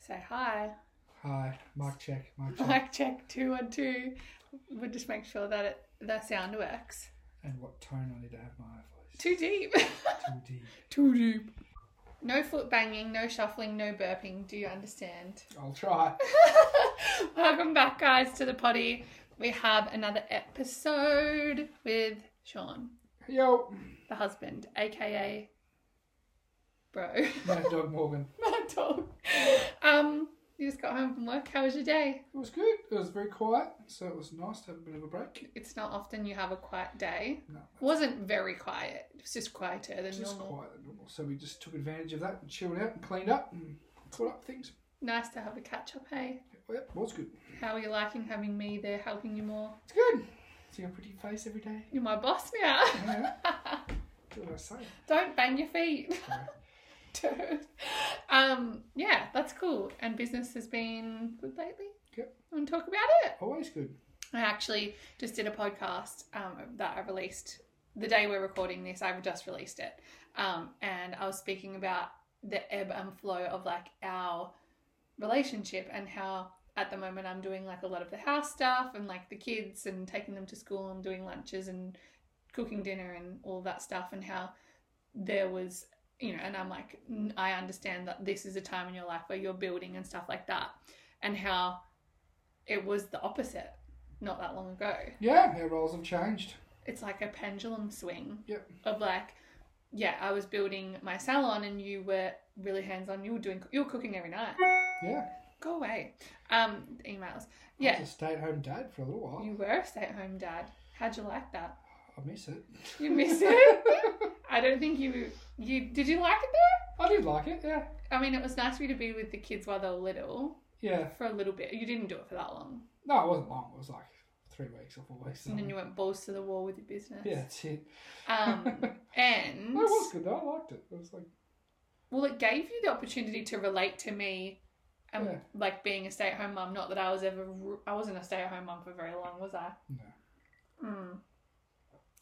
Say hi. Hi, mic check, mic check. Mic check two one two. We'll just make sure that it that sound works. And what tone I need to have my voice. Too deep. Too deep. Too deep. No foot banging, no shuffling, no burping. Do you understand? I'll try. Welcome back, guys, to the potty. We have another episode with Sean, Yo, the husband, aka bro, Mad Dog Morgan. my dog. Um, you just got home from work. How was your day? It was good. It was very quiet, so it was nice to have a bit of a break. It's not often you have a quiet day. No, wasn't very quiet. It was just quieter than it's just normal. quiet than normal. So we just took advantage of that and chilled out and cleaned up and caught up things. Nice to have a catch up, hey? Well, it was good. How are you liking having me there helping you more? It's good. See your pretty face every day. You're my boss now. Yeah. That's what I say. Don't bang your feet. Sorry. Dude. Um, yeah, that's cool. And business has been good lately. Yep. Want to talk about it? Always good. I actually just did a podcast um, that I released the day we're recording this. I've just released it. Um, and I was speaking about the ebb and flow of like our relationship and how at the moment I'm doing like a lot of the house stuff and like the kids and taking them to school and doing lunches and cooking dinner and all that stuff and how there was you know and I'm like "N- I understand that this is a time in your life where you're building and stuff like that and how it was the opposite not that long ago Yeah, our roles have changed. it's like a pendulum swing Yep. of like yeah i was building my salon and you were really hands on you were doing you were cooking every night Yeah. go away um emails yeah I was a stay at home dad for a little while. you were a stay-at-home dad how'd you like that I miss it. you miss it i don't think you you did you like it though I did like it, yeah. i mean it was nice for you to be with the kids while they were little Yeah. for a little bit you didn't do it for that long No, it wasn't long. It was like three weeks or four weeks. and then you went balls to the wall with your business Yeah, that's it. um and No, it was good though. I liked it. It was like, well it gave you the opportunity to relate to me and Yeah. like being a stay-at-home mum not that i was ever i wasn't a stay-at-home mum for very long was i no. mm.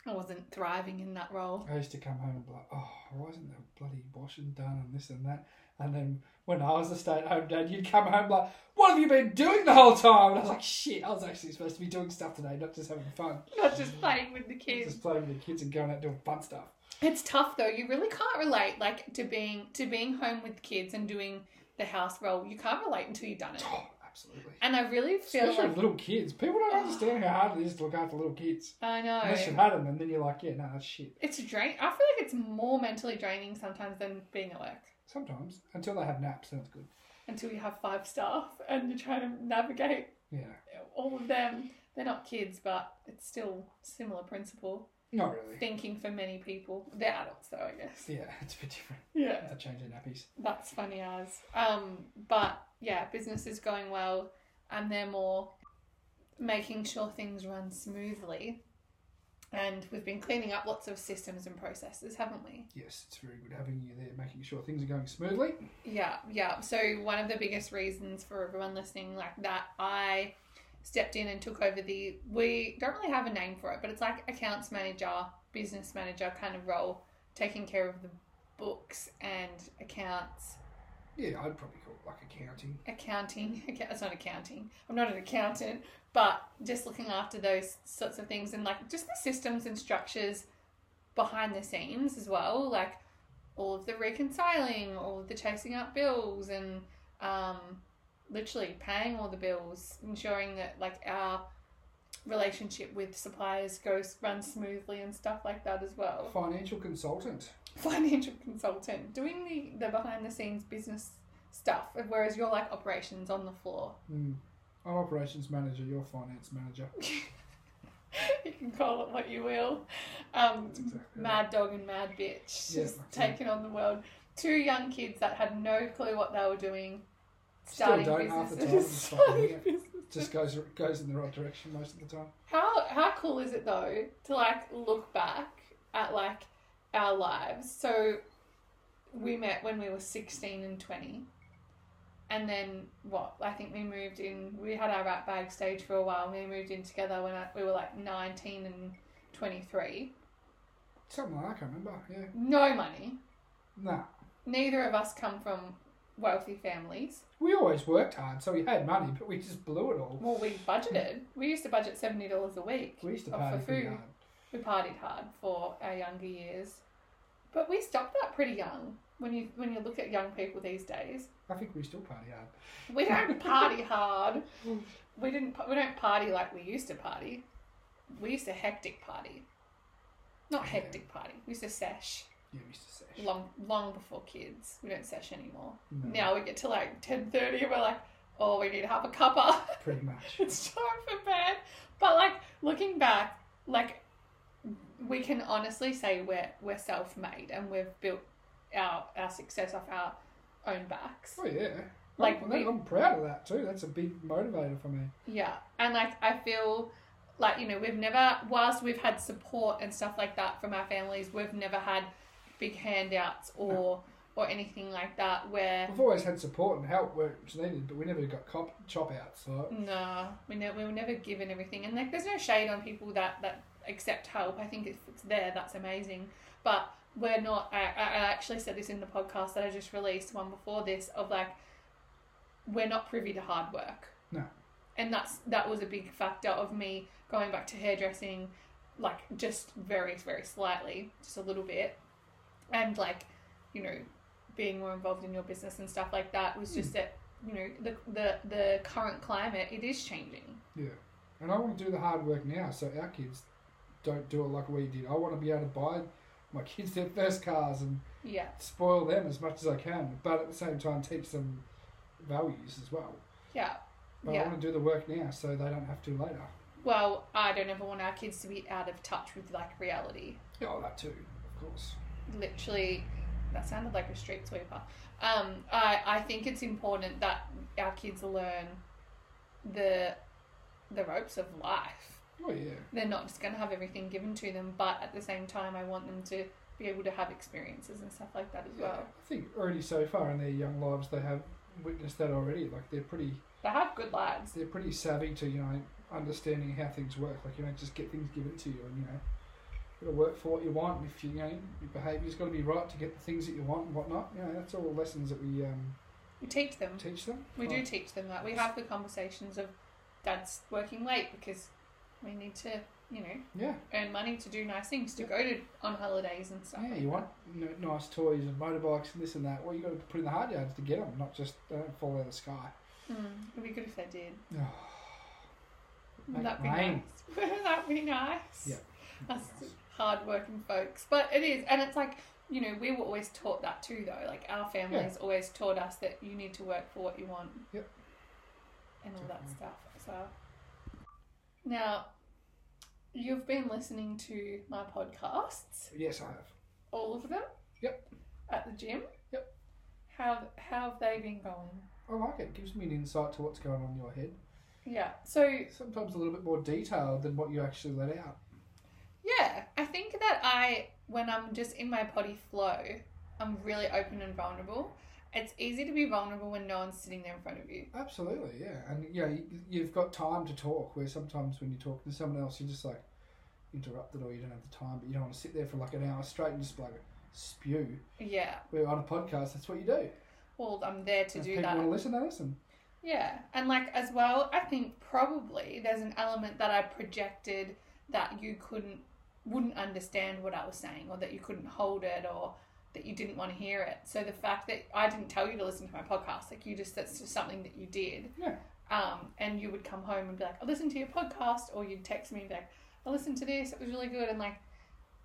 i wasn't thriving in that role I used to come home and be like, oh, why isn't the bloody washing done and this and that? And then when I was a stay at home dad, you'd come home like, what have you been doing the whole time? And I was like, shit, I was actually supposed to be doing stuff today, not just having fun. not just playing with the kids Just playing with the kids and going out doing fun stuff. it's tough though you really can't relate like to being to being home with kids and doing the house role you can't relate until you've done it Oh, absolutely. and i really feel Especially like with little kids. People don't understand how hard it is to look after little kids. i Unless you've know had them, and then you're like, yeah, no, that's shit. it's drain i feel like it's more mentally draining sometimes than being at work Sometimes. Until they have naps, then it's good. until you have five staff and you're trying to navigate Yeah. all of them they're not kids but it's still similar principle Not really. thinking for many people they're adults though i guess Yeah, it's a bit different. yeah That's a change in nappies. that's funny as um but yeah business is going well and they're more making sure things run smoothly and we've been cleaning up lots of systems and processes haven't we Yes, it's very good having you there, making sure things are going smoothly. Yeah, yeah. So one of the biggest reasons for everyone listening like that, I stepped in and took over the we don't really have a name for it, but it's like accounts manager, business manager kind of role, taking care of the books and accounts, Yeah, I'd probably call it like accounting. accounting. Account- It's not accounting. I'm not an accountant, but just looking after those sorts of things and like just the systems and structures behind the scenes as well, like all of the reconciling, all of the chasing up bills, and um, literally paying all the bills, ensuring that like our relationship with suppliers goes runs smoothly and stuff like that as well Financial consultant. financial consultant doing the, the behind the scenes business stuff whereas you're like operations on the floor Hmm. I'm operations manager, you're finance manager. you can call it what you will um, That's exactly right. mad dog and mad bitch Yeah, just that's right. taking on the world two young kids that had no clue what they were doing Still starting don't half the time, businesses just fucking starting yeah. businesses. Just goes goes in the right direction most of the time. How how cool is it though to like look back at like our lives? So we met when we were sixteen and twenty, and then what? I think we moved in. We had our rat bag stage for a while. We moved in together when I, we were like nineteen and twenty three. Something like that, I can't remember. Yeah. No money. Nah. Neither of us come from wealthy families. We always worked hard, so we had money, but we just blew it all. Well, we budgeted. We used to budget seventy dollars a week. We used to Oh, for party pretty food. hard. We partied hard for our younger years, but we stopped that pretty young. When you when you look at young people these days, I think we still party hard. we don't party hard. We didn't. pa- We don't party like we used to party. We used to hectic party, not Yeah. hectic party. We used to sesh Yeah, we used to say. long long before kids. We don't sesh anymore. No, Now we get to like ten thirty, and we're like, oh, we need to have a cuppa. Pretty much. it's time for bed. But like looking back, like we can honestly say we're we're self made and we've built our our success off our own backs. Oh yeah. Like, I'm, we- I'm proud of that too. That's a big motivator for me. Yeah, and like I feel like you know we've never whilst we've had support and stuff like that from our families, we've never had big handouts or or anything like that where. We've always had support and help where it's needed, but we never got cop chop outs. So No, we ne- we were never given everything, and like there's no shade on people that that accept help. I think if it's there, that's amazing. But we're not. I, I I actually said this in the podcast that I just released one before this of like we're not privy to hard work. No. and that's that was a big factor of me going back to hairdressing, like just very very slightly, just a little bit, and like you know being more involved in your business and stuff like that was just that you know the the the current climate it is changing yeah, and I want to do the hard work now, so our kids don't do it like we did. I want to be able to buy my kids their first cars and yeah spoil them as much as I can, but at the same time teach them values as well. yeah But I yeah want to do the work now, so they don't have to later. well i don't ever want our kids to be out of touch with like reality Yeah, oh, that too, of course. literally that sounded like a street sweeper um i i think it's important that our kids learn the the ropes of life Oh yeah. they're not just going to have everything given to them but at the same time i want them to be able to have experiences and stuff like that as Yeah, well I think already so far in their young lives they have witnessed that already. Like they're pretty they have good lives they're pretty savvy to, you know, understanding how things work. Like you don't just get things given to you and you know you gotta work for what you want and if you, you know, your behaviour's gotta be right to get the things that you want and whatnot. You know, that's all lessons that we um, we teach them teach them. We do Like, teach them that. We have the conversations of dad's working late because we need to, you know, Yeah. earn money to do nice things, to go to on holidays and stuff. Oh, Yeah, you want you know, nice toys and motorbikes and this and that. Well, you got to put in the hard yards to get them, not just they don't fall out of the sky. Mm, it'd be good if they did. Make That'd be it rain. nice. Wouldn't that be nice? Yeah. Us hard working folks. But it is. And it's like, you know, we were always taught that too, though. Like, our families always taught us that you need to work for what you want. Yep. And all Definitely. that stuff. So, now, you've been listening to my podcasts. Yes, I have. All of them? Yep. At the gym? Yep. How, how have they been going? I like it. It gives me an insight to what's going on in your head. Yeah. So, Sometimes a little bit more detailed than what you actually let out. yeah, I think that I, when I'm just in my potty flow, I'm really open and vulnerable. It's easy to be vulnerable when no one's sitting there in front of you. Absolutely, yeah. And yeah, you, you've got time to talk. Where sometimes when you're talking to someone else, you're just like interrupted, or you don't have the time, but you don't want to sit there for like an hour straight and just like spew. Yeah. We're on a podcast. That's what you do. Well, I'm there to if do people that. want to listen, they listen. Yeah, and like as well, I think probably there's an element that I projected that you couldn't, wouldn't understand what I was saying, or that you couldn't hold it, or that you didn't want to hear it. So the fact that I didn't tell you to listen to my podcast, like you just that's just something that you did. Yeah. Um, and you would come home and be like, I listened to your podcast, or you'd text me and be like, I listened to this, it was really good, and like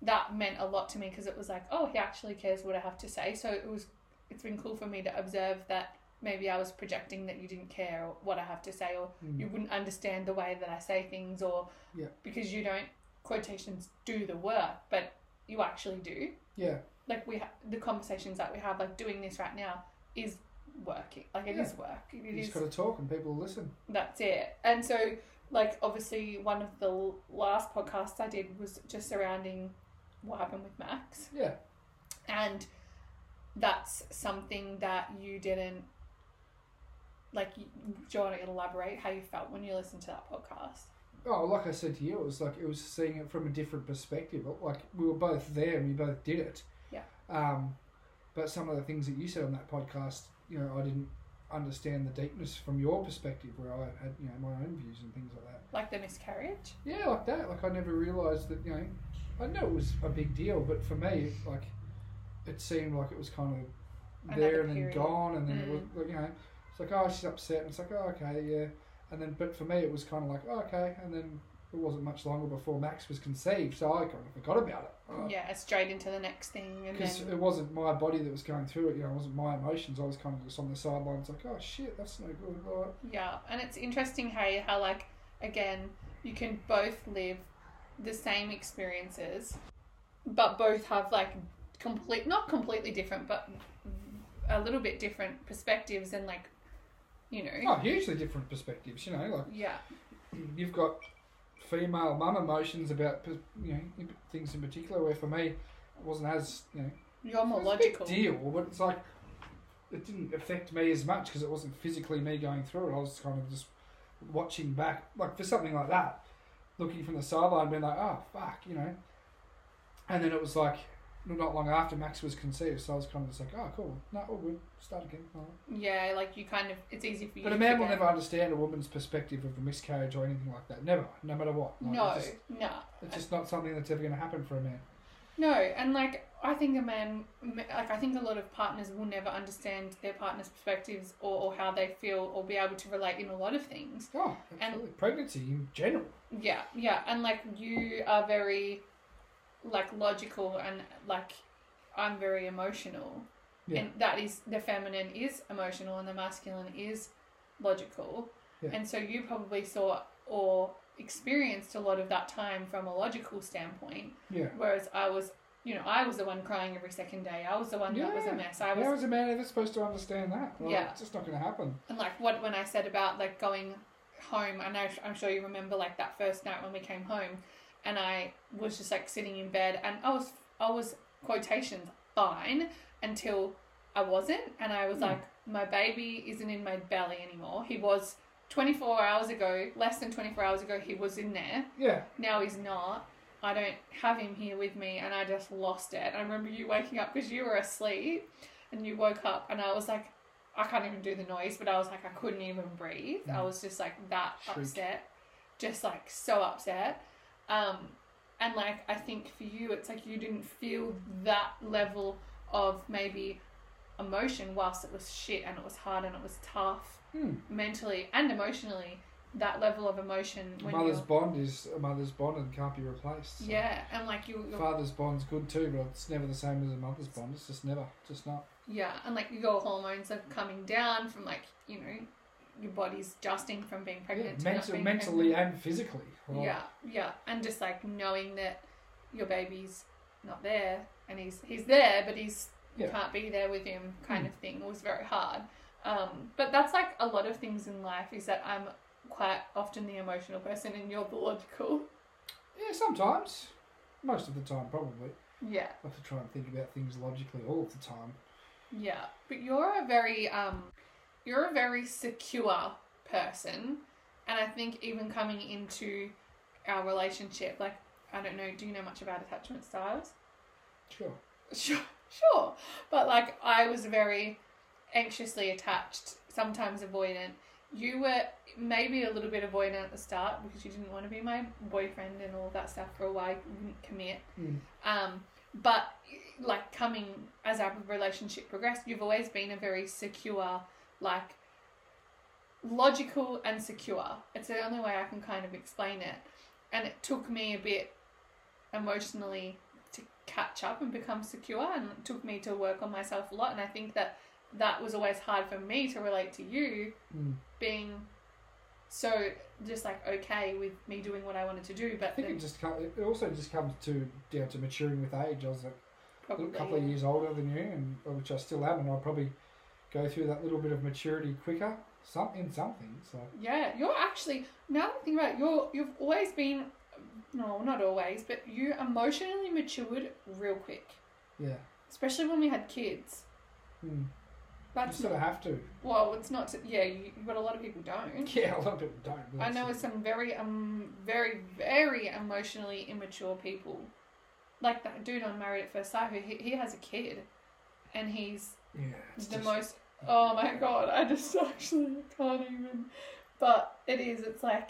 that meant a lot to me because it was like, oh, he actually cares what I have to say. So it was, it's been cool for me to observe that maybe I was projecting that you didn't care what I have to say, or Mm. you wouldn't understand the way that I say things, or Yeah. because you don't quotations do the work, but you actually do. Yeah. Like we, ha- the conversations that we have, like doing this right now, is working. Like it is Yeah. work. It You is just got to talk and people will listen. that's it. And so, like, obviously, one of the l- last podcasts I did was just surrounding what happened with Max. Yeah. And that's something that you didn't, like, you, do you want to elaborate how you felt when you listened to that podcast? Oh, like I said to you, it was like it was seeing it from a different perspective. Like we were both there and we both did it. Yeah. Um, but some of the things that you said on that podcast you know I didn't understand the deepness from your perspective, where I had you know my own views and things like that. Like the miscarriage? Yeah, like that. Like I never realised that you know I know it was a big deal, but for me, like it seemed like it was kind of Another there and then period. gone, and then it Mm. was like, you know it's like oh she's upset, and it's like oh okay yeah, and then but for me it was kind of like oh, okay, and then it wasn't much longer before Max was conceived, so I kind of forgot about it. Uh, Yeah, straight into the next thing, and because then it wasn't my body that was going through it, you know, it wasn't my emotions. I was kind of just on the sidelines, like, oh shit, that's no good. Like, yeah, and it's interesting how you- how like again you can both live the same experiences, but both have like complete not completely different, but a little bit different perspectives and like you know oh, hugely different perspectives, you know. Like, yeah you've got female mum emotions about, you know, in- things in particular, where for me, it wasn't as, you know, you're more it was a big logical. deal, but it's like, it didn't affect me as much because it wasn't physically me going through it. I was kind of just watching back, like, for something like that, looking from the sideline, being like, oh, fuck, you know. And then it was like, not long after Max was conceived, so I was kind of just like, oh, cool, no, all good, start again. all right." Yeah, like you kind of it's easy for you. But a to man will forget. never understand a woman's perspective of a miscarriage or anything like that. Never, no matter what. Like, No, It's just, no, it's just not something that's ever going to happen for a man. no, and like I think a man, like I think a lot of partners will never understand their partner's perspectives or, or how they feel or be able to relate in a lot of things. Oh, absolutely. Pregnancy in general. Yeah, yeah, and like you are very, like logical and like I'm very emotional, Yeah. and that is the feminine is emotional and the masculine is logical, Yeah. and so you probably saw or experienced a lot of that time from a logical standpoint. Yeah. Whereas I was, you know, I was the one crying every second day. I was the one that was a Yeah. mess. I was, How is a man ever supposed to understand that? Like, Yeah. It's just not going to happen. and like what when I said about like going home, I know I'm sure you remember like that first night when we came home, and I was just like sitting in bed, and I was I was quotations fine until I wasn't, and I was Hmm. like, my baby isn't in my belly anymore. He was 24 hours ago, less than 24 hours ago, he was in there. Yeah. now he's not. I don't have him here with me, and I just lost it. I remember you waking up because you were asleep, and you woke up, and I was like, I can't even do the noise, but I was like, I couldn't even breathe. I Mm. was just like that Shriek. upset, just like so upset. Um, and like, I think for you, it's like you didn't feel that level of maybe emotion whilst it was shit and it was hard and it was tough Hmm. mentally and emotionally. That level of emotion A when mother's you're- bond is a mother's bond and can't be replaced. so. yeah, and like you, you Father's bond's good too, but it's never the same as a mother's bond. It's just never, just not. yeah, and like your hormones are coming down from like you know your body's adjusting from being Yeah, pregnant to not mental, being mentally and physically. Like, pregnant. Yeah, yeah, and just like knowing that your baby's not there and he's he's there, but he's you Yeah. Hmm. can't be there with him, kind of thing. was very hard. Um, but that's like a lot of things in life is that I'm quite often the emotional person and you're the logical. Yeah, sometimes. Most of the time, probably. Yeah. I have to try and think about things logically all of the time. Yeah, but you're a very um, you're a very secure person, and I think even coming into our relationship, like I don't know, do you know much about attachment styles? Sure. Sure, sure, but like I was very anxiously attached, sometimes avoidant. You were maybe a little bit avoidant at the start because you didn't want to be my boyfriend and all that stuff for a while. You wouldn't commit. Mm. Um, but like coming as our relationship progressed, you've always been a very secure, like logical and secure. It's the only way I can kind of explain it. And it took me a bit emotionally to catch up and become secure, and it took me to work on myself a lot. And I think that that was always hard for me to relate to you Mm. being so just like okay with me doing what I wanted to do, I but think then it just co- it also just comes to down to maturing with age. I was like a probably little couple of years older than you, and which I still am, and I'll probably go through that little bit of maturity quicker. Some in some things, so Yeah, you're actually now that I think about it, you're you've always been no, not always, but you emotionally matured real quick. yeah, Especially when we had kids. mm. you That's sort of have to. well, it's not yeah, you, but a lot of people don't. Yeah, a lot of people don't. but I know that's- some very um very very emotionally immature people, like that dude on Married at First Sight who he, he has a kid, and he's yeah, it's the just- most Oh my god, I just actually can't even. But it is, it's like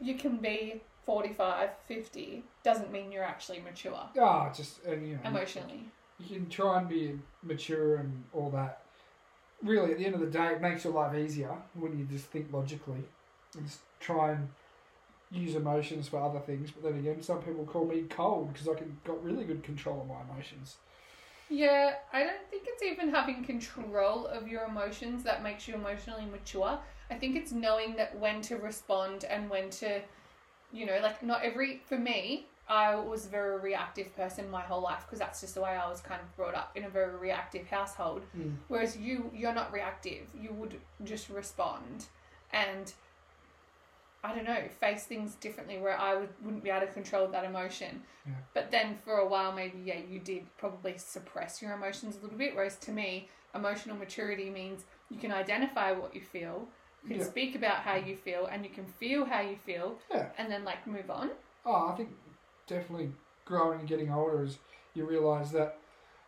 you can be 45, 50, doesn't mean you're actually mature Ah, just and you know, emotionally. you can try and be mature and all that. Really, at the end of the day, it makes your life easier when you just think logically and just try and use emotions for other things. But then again, some people call me cold because I can got really good control of my emotions. Yeah, I don't think it's even having control of your emotions that makes you emotionally mature. I think it's knowing that when to respond and when to, you know, like not every, for me, I was a very reactive person my whole life because that's just the way I was kind of brought up in a very reactive household. Mm. Whereas you, you're not reactive. You would just respond and, I don't know, face things differently where I would, wouldn't be able to control that emotion. Yeah. But then for a while, maybe, yeah, you did probably suppress your emotions a little bit. Whereas to me, emotional maturity means you can identify what you feel, you can Yeah. speak about how you feel, and you can feel how you feel, Yeah. and then like move on. Oh, I think definitely growing and getting older is you realise that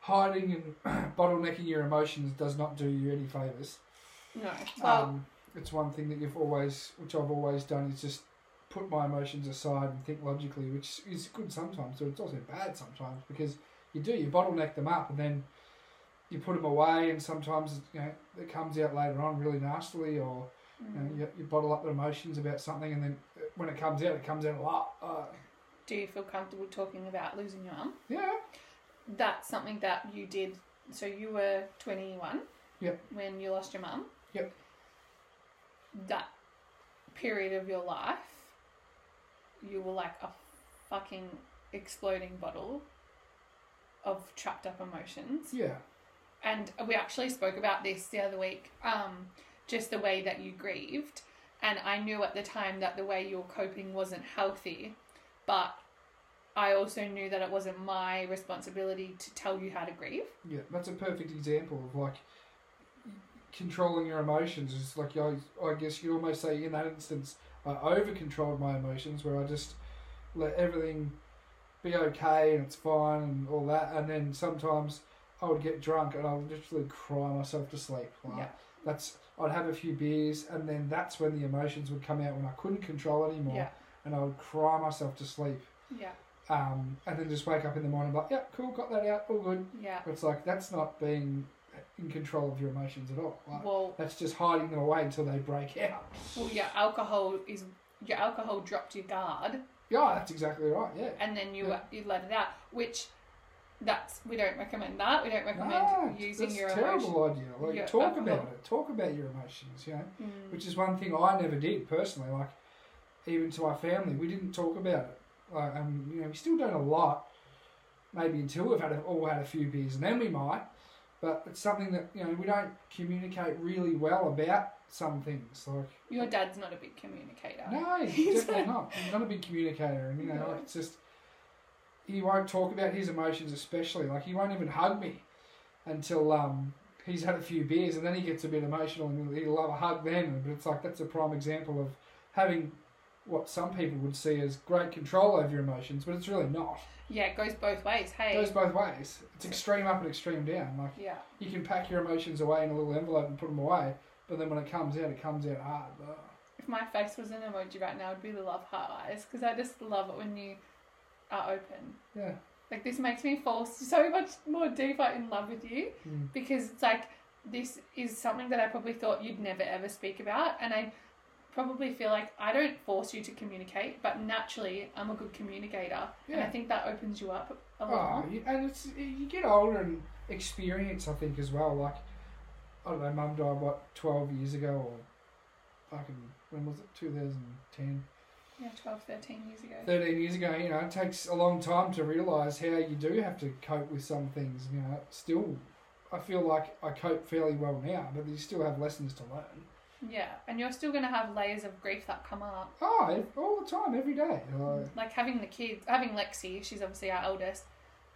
hiding and bottlenecking your emotions does not do you any favours. No. Well, um, it's one thing that you've always, which I've always done, is just put my emotions aside and think logically, which is good sometimes, but it's also bad sometimes because you do you bottleneck them up and then you put them away, and sometimes you know it comes out later on really nastily, or mm, you, know, you, you bottle up the emotions about something, and then uh, when it comes out, it comes out a lot. Uh, do you feel comfortable talking about losing your arm? yeah, That's something that you did. So you were 21 Yep. when you lost your mum. Yep. That period of your life, you were like a fucking exploding bottle of trapped up emotions. yeah, And we actually spoke about this the other week, um, just the way that you grieved. And I knew at the time that the way you were coping wasn't healthy, but I also knew that it wasn't my responsibility to tell you how to grieve. yeah. That's a perfect example of like controlling your emotions is like I, I guess you almost say in that instance I over controlled my emotions where I just let everything be okay and it's fine and all that and then sometimes I would get drunk and I would literally cry myself to sleep like Yeah. that's I'd have a few beers and then that's when the emotions would come out when I couldn't control it anymore Yeah. and I would cry myself to sleep Yeah. um, and then just wake up in the morning like yep cool got that out all good Yeah. it's like that's not being in control of your emotions at all like, Well, that's just hiding them away until they break out. well, your alcohol is your alcohol dropped your guard, Yeah, that's exactly right. Yeah. and then you Yeah. you let it out, which that's we don't recommend that. We don't recommend No, using that's your uh, a terrible emotion. idea. Like, your talk alcohol. about it. Talk about your emotions. You know, Mm. which is one thing I never did personally. Like, even to my family, we didn't talk about it. Like, and you know, we still don't a lot. Maybe until we've had a, all had a few beers, and then we might. But it's something that you know we don't communicate really well about some things. Like, Your dad's not a big communicator. No, He's- definitely not. He's not a big communicator, and you know, No. like, it's just he won't talk about his emotions, especially like he won't even hug me until um he's had a few beers, and then he gets a bit emotional, and he'll love a hug then. But it's like that's a prime example of having what some people would see as great control over your emotions, but it's really not. Yeah, it goes both ways. It Hey. goes both ways. It's extreme up and extreme down. Like yeah. you can pack your emotions away in a little envelope and put them away, but then when it comes out, it comes out hard. If my face was an emoji right now, it'd be the love heart eyes because I just love it when you are open. Yeah. Like this makes me fall so much more deeper in love with you Mm. because it's like this is something that I probably thought you'd never ever speak about, and I probably feel like I don't force you to communicate, but naturally I'm a good communicator, and I Yeah. think that opens you up a Oh, lot. you- and it's you get older and experience, I think, as well. Like, I don't know, Mum died what twelve years ago, or fucking when was it? 2010, Yeah, 12, 13 years ago. 13 years ago. You know, it takes a long time to realise how you do have to cope with some things. You know, still, I feel like I cope fairly well now, but you still have lessons to learn. Yeah, and you're still gonna have layers of grief that come up. Oh, ev- all the time, every day. Like, Like having the kids, having Lexi, she's obviously our eldest.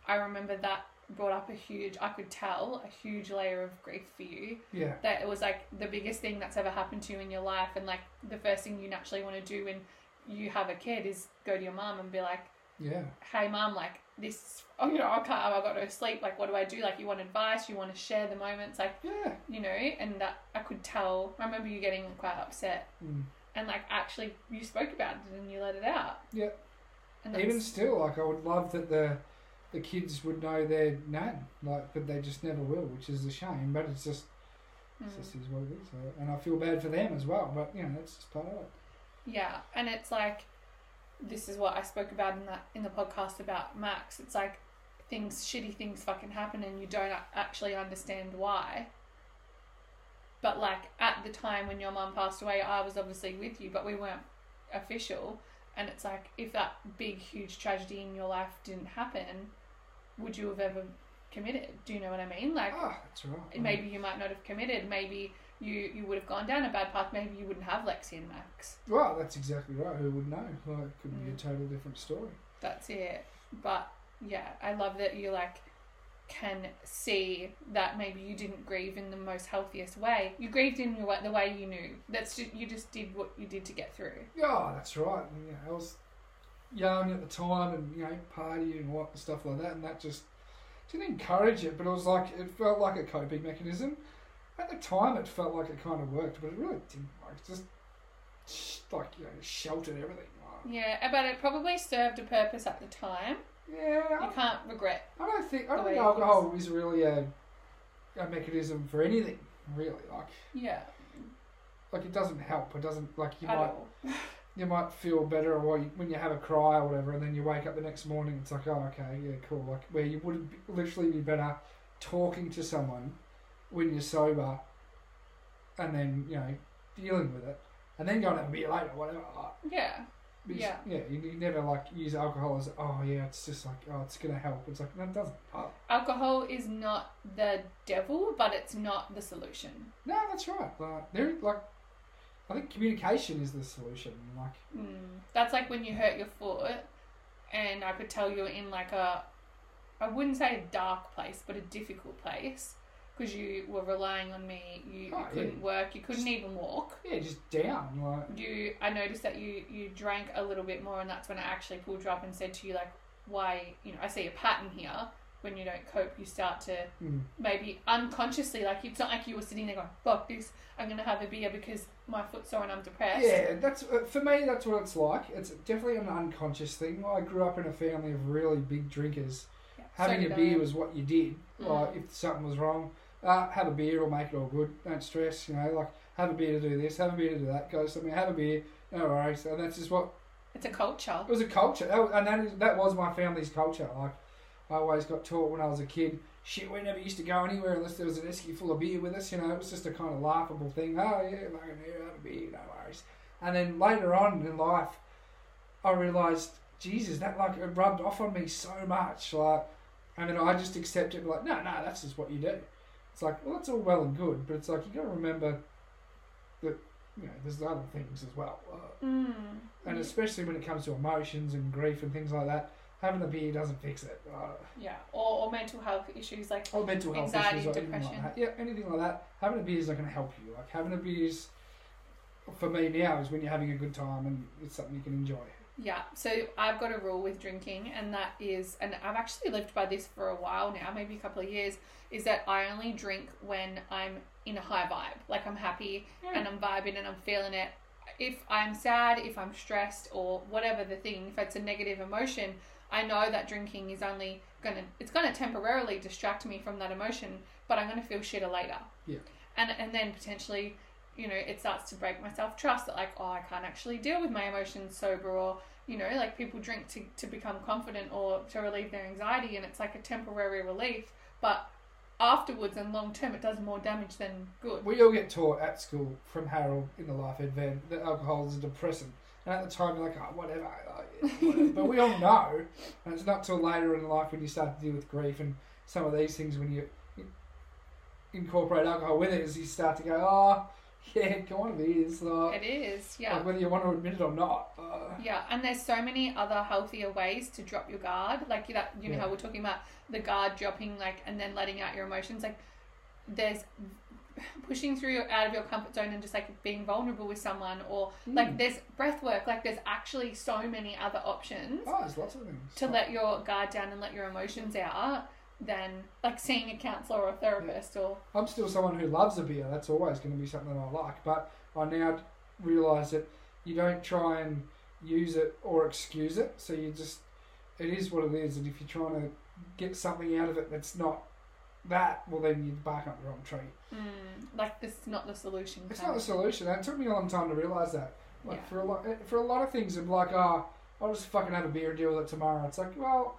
I remember that brought up a huge, I could tell, a huge layer of grief for you. yeah, that it was like the biggest thing that's ever happened to you in your life and like the first thing you naturally want to do when you have a kid is go to your mum and be like yeah, hey mum like this, oh, you know, I can't, I've got no sleep. Like, what do I do? Like, you want advice, you want to share the moments, like, Yeah. you know, and that I could tell. I remember you getting quite upset Mm. and, like, actually, you spoke about it and you let it out. Yeah. And Even that's- still, like I would love that the the kids would know their nan, like, but they just never will, which is a shame. But it's just, it's Mm. just is what it is. So, and I feel bad for them as well. But you know, that's just part of it. Yeah, and it's like this is what I spoke about in that in the podcast about Max. It's like things shitty things fucking happen and you don't a- actually understand why. But like at the time when your mum passed away, I was obviously with you, but we weren't official. And it's like if that big huge tragedy in your life didn't happen, would you have ever committed? Do you know what I mean? Like Ah, that's right. I mean, maybe you might not have committed. Maybe you you would have gone down a bad path. Maybe you wouldn't have Lexi and Max. Well, that's exactly right. Who would know? Like, it could be a Mm. total different story. that's it. But yeah, I love that you like can see that maybe you didn't grieve in the most healthiest way. You grieved in your, wa- the way you knew. That's just, you just did what you did to get through. Yeah, oh, that's right. And, you know, I was young at the time, and you know, partying and what stuff like that, and that just didn't encourage it, but it was like it felt like a coping mechanism. At the time, it felt like it kind of worked, but it really didn't. Like it just sh- like you know, sheltered everything. Like, Yeah, but it probably served a purpose at the time. You yeah, can't regret. I don't think The I don't way think it is. alcohol is really a a mechanism for anything. Really, like Yeah, like it doesn't help. It doesn't like you at might all. you might feel better or you- when you have a cry or whatever, and then you wake up the next morning, it's like, oh, okay, yeah, cool. Like, where you would be- literally be better talking to someone when you're sober and then, you know, dealing with it and then going out a beer later, whatever. Like, Yeah, because- Yeah. Yeah, you, you never, like, use alcohol as, oh, yeah, it's just like, oh, it's going to help. It's like, no, it doesn't. Oh, alcohol is not the devil, but it's not the solution. no, that's right. Like, there, like, I think communication is the solution. Like, Mm. That's like when you hurt your foot, and I could tell you were in like a, I wouldn't say a dark place, but a difficult place, because you were relying on me. You, you Oh, yeah. couldn't work. You couldn't even walk. yeah, just down. Like, You, I noticed that you you drank a little bit more, and that's when I actually pulled you up and said to you like, why? You know, I see a pattern here. When you don't cope, you start to mm, maybe unconsciously like it's not like you were sitting there going, "Fuck this! I'm gonna have a beer because my foot's sore and I'm depressed." Yeah, that's uh, for me. That's what it's like. It's definitely an unconscious thing. I grew up in a family of really big drinkers. Yeah, so Having did a I. beer was what you did. Mm. Like if something was wrong, uh, have a beer will make it all good. Don't stress. You know, like have a beer to do this, have a beer to do that. Go to something, have a beer. No worries. And that's just what It's a culture. it was a culture, that was, and that, is, that was my family's culture. Like I always got taught when I was a kid. Shit, we never used to go anywhere unless there was an esky full of beer with us. You know, it was just a kind of laughable thing. Oh yeah, like yeah, have a beer, no worries. And then later on in life, I realised, Jesus, that like it rubbed off on me so much. Like, and then I just accepted, like, no, no, that's just what you do. It's like, well, that's all well and good, but it's like you got to remember that you know there's other things as well. Uh, Like, Mm. and especially when it comes to emotions and grief and things like that, having a beer doesn't fix it. Uh, Yeah, or, or mental health issues like or mental health Anxiety, issues, or anything like depression. that. Yeah, anything like that. Having a beer is not going to help you. Like having a beer is, for me now, is when you're having a good time and it's something you can enjoy. yeah. So I've got a rule with drinking, and that is, and I've actually lived by this for a while now, maybe a couple of years, is that I only drink when I'm in a high vibe, like I'm happy and I'm vibing and I'm feeling it. If I'm sad, if I'm stressed, or whatever the thing, if it's a negative emotion, I know that drinking is only gonna it's gonna temporarily distract me from that emotion, but I'm gonna feel shitter later. Yeah. And and then potentially, you know, it starts to break my self trust that like, oh I can't actually deal with my emotions sober or you know, like people drink to, to become confident or to relieve their anxiety and it's like a temporary relief, but afterwards and long term it does more damage than good. We all get taught at school from Harold in the Life Advent that alcohol is a depressant. And at the time, you're like, oh, whatever. like, yeah, whatever. but we all know. And it's not till later in life when you start to deal with grief and some of these things when you incorporate alcohol with it is you start to go, oh, yeah, go on, it is. Like, It is, yeah. like, whether you want to admit it or not. Uh, Yeah, and there's so many other healthier ways to drop your guard. Like that, you know Yeah. how we're talking about the guard dropping, like, and then letting out your emotions. Like, there's pushing through out of your comfort zone and just like being vulnerable with someone or Mm. hmm, like there's breath work like there's actually so many other options Oh, there's lots of things. to let your guard down and let your emotions out than like seeing a counselor or a therapist or I'm still someone who loves a beer. That's always going to be something that I like. But I now realise that you don't try and use it or excuse it. So you just, it is what it is. And if you're trying to get something out of it that's not that, well, then you're barking up the wrong tree. mm, like this is not the solution It's kind not the of- solution. And it took me a long time to realise that. Like Yeah. for a lot, for a lot of things, I'm like, oh, I'll just fucking have a beer and deal with it tomorrow. It's like, well,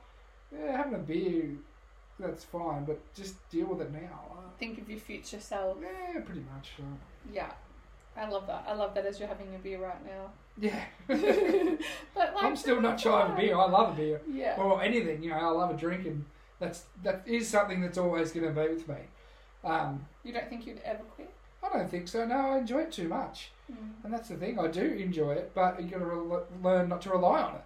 yeah, having a beer, that's fine, but just deal with it now. think of your future self Yeah, pretty much. uh, yeah I love that I love that as you're having a beer right now Yeah. but like I'm still not shy of a beer. I love a beer. yeah Or anything, you know, I love a drink and that's that is something that's always gonna be with me. Um, you don't think you'd ever quit I don't think so. No, I enjoy it too much. Mm. And that's the thing, I do enjoy it, but you gotta re- learn not to rely on it.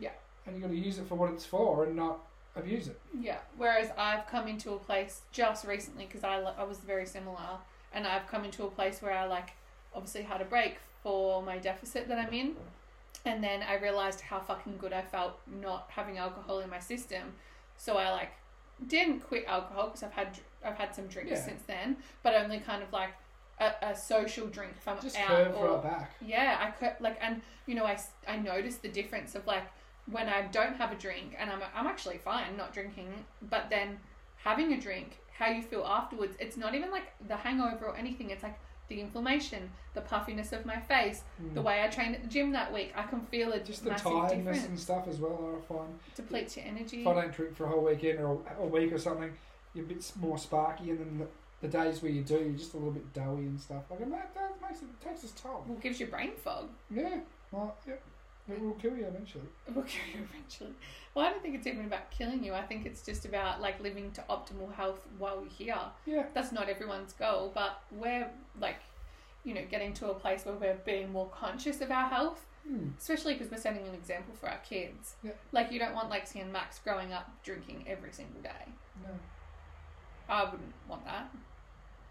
Yeah. And you gotta use it for what it's for and not abuse it. Yeah. Whereas I've come into a place just recently because I, lo- I was very similar, and I've come into a place where I like obviously had a break for my deficit that I'm in, and then I realized how fucking good I felt not having alcohol in my system. So I like didn't quit alcohol because I've had dr- I've had some drinks Yeah. since then, but only kind of like a, a social drink if I'm Just out curve or right back. yeah, I could like, and you know, I s- I noticed the difference of like when I don't have a drink and I'm I'm actually fine not drinking, but then having a drink, how you feel afterwards. It's not even like the hangover or anything. It's like the inflammation, the puffiness of my face, the Mm. way I trained at the gym that week. I can feel it. Just the massive tiredness difference. and stuff as well, I find. depletes your energy. If I don't drink for a whole weekend or a, a week or something, you're a bit more sparky, and then the, the days where you do, you're just a little bit doughy and stuff. Like and that, that makes it, takes its toll. Well, gives you brain fog. Yeah, well, yep, it will kill you eventually. It will kill you eventually. Well, I don't think it's even about killing you. I think it's just about like living to optimal health while you're here. Yeah, that's not everyone's goal, but we're like, you know, getting to a place where we're being more conscious of our health, mm. especially because we're setting an example for our kids. Yeah. Like, you don't want Lexi and Max growing up drinking every single day. no, I wouldn't want that.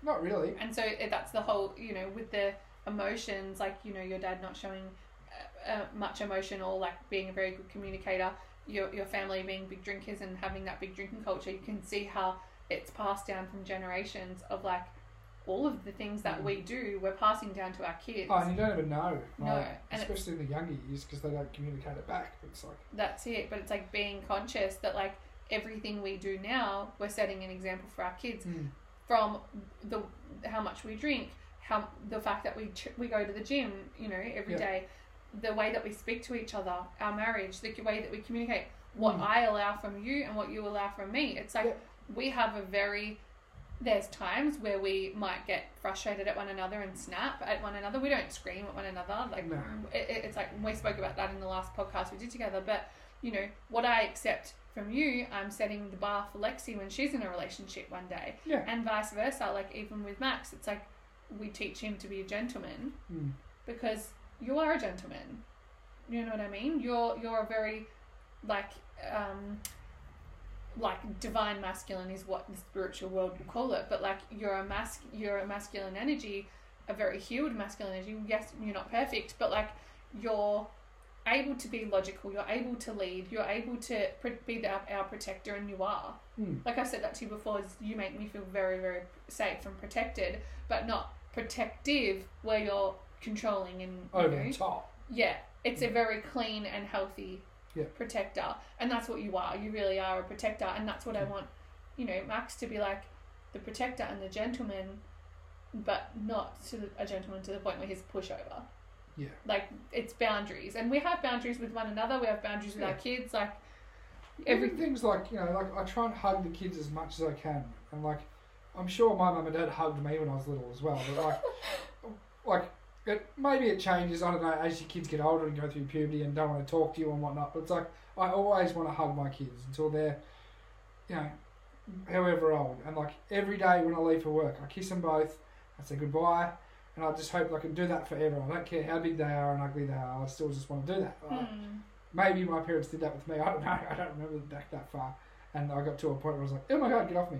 not really. And so it- that's the whole, you know, with the emotions, like, you know, your dad not showing uh, uh, much emotion or like being a very good communicator, your, your family being big drinkers and having that big drinking culture, you can see how it's passed down from generations of like all of the things that we do, we're passing down to our kids. Oh, and you don't even know, No, like, and it- especially in the younger years because they don't communicate it back. It's like that's it. But it's like being conscious that like everything we do now, we're setting an example for our kids. mm. from the how much we drink, how the fact that we ch- we go to the gym, you know, every Yeah. day, the way that we speak to each other, our marriage, the way that we communicate, what Mm. I allow from you and what you allow from me. It's like Yeah. we have a very there's times where we might get frustrated at one another and snap at one another. We don't scream at one another. Like No. it, it- it's like we spoke about that in the last podcast we did together. But you know what I accept from you, I'm setting the bar for Lexi when she's in a relationship one day yeah, and vice versa. Like even with Max, it's like we teach him to be a gentleman mm. because you are a gentleman. You know what I mean? You're you're a very like um like divine masculine is what the spiritual world would call it, but like you're a mas you're a masculine energy, a very hued masculine energy. Yes, you're not perfect, but like you're able to be logical. You're able to lead. You're able to pr- be the, our protector, and you are. Mm. Like I've said that to you before, is you make me feel very very safe and protected, but not protective where you're controlling and you over know, the top. yeah, it's a very clean and healthy Yeah. protector, and that's what you are. You really are a protector, and that's what I want. You know, Max to be like the protector and the gentleman, but not to the, a gentleman to the point where he's a pushover. Yeah. Like it's boundaries, and we have boundaries with one another. We have boundaries with Yeah. our kids. Like every Everything's like you know, like I try and hug the kids as much as I can, and like I'm sure my mum and dad hugged me when I was little as well, but like. like it, maybe it changes. I don't know as your kids get older and go through puberty and don't want to talk to you and whatnot. But it's like I always want to hug my kids until they're, you know, however old. And like every day when I leave for work, I kiss them both. I say goodbye, and I just hope I can do that forever. I don't care how big they are and ugly they are. I still just want to do that. Like, Hmm. Maybe my parents did that with me. I don't know. I don't remember back that far. And I got to a point where I was like, oh my god, get off me.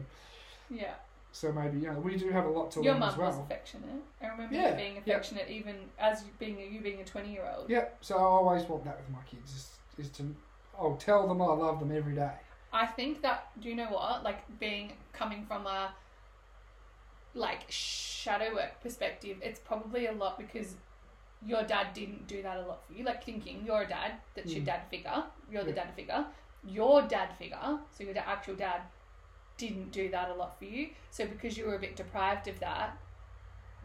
yeah, So maybe yeah, we do have a lot to Your learn mum as was well. affectionate. I remember Yeah, you being yeah. affectionate, even as you being you being a twenty year old. Yep. So I always want that with my kids is, is to I'll tell them I love them every day. I think that do you know what? Like being coming from a like shadow work perspective, it's probably a lot because your dad didn't do that a lot for you. Like thinking you're a dad, that's your Mm. dad figure. You're the Yeah. dad figure. Your dad figure, so your da- actual dad, didn't do that a lot for you. So because you were a bit deprived of that,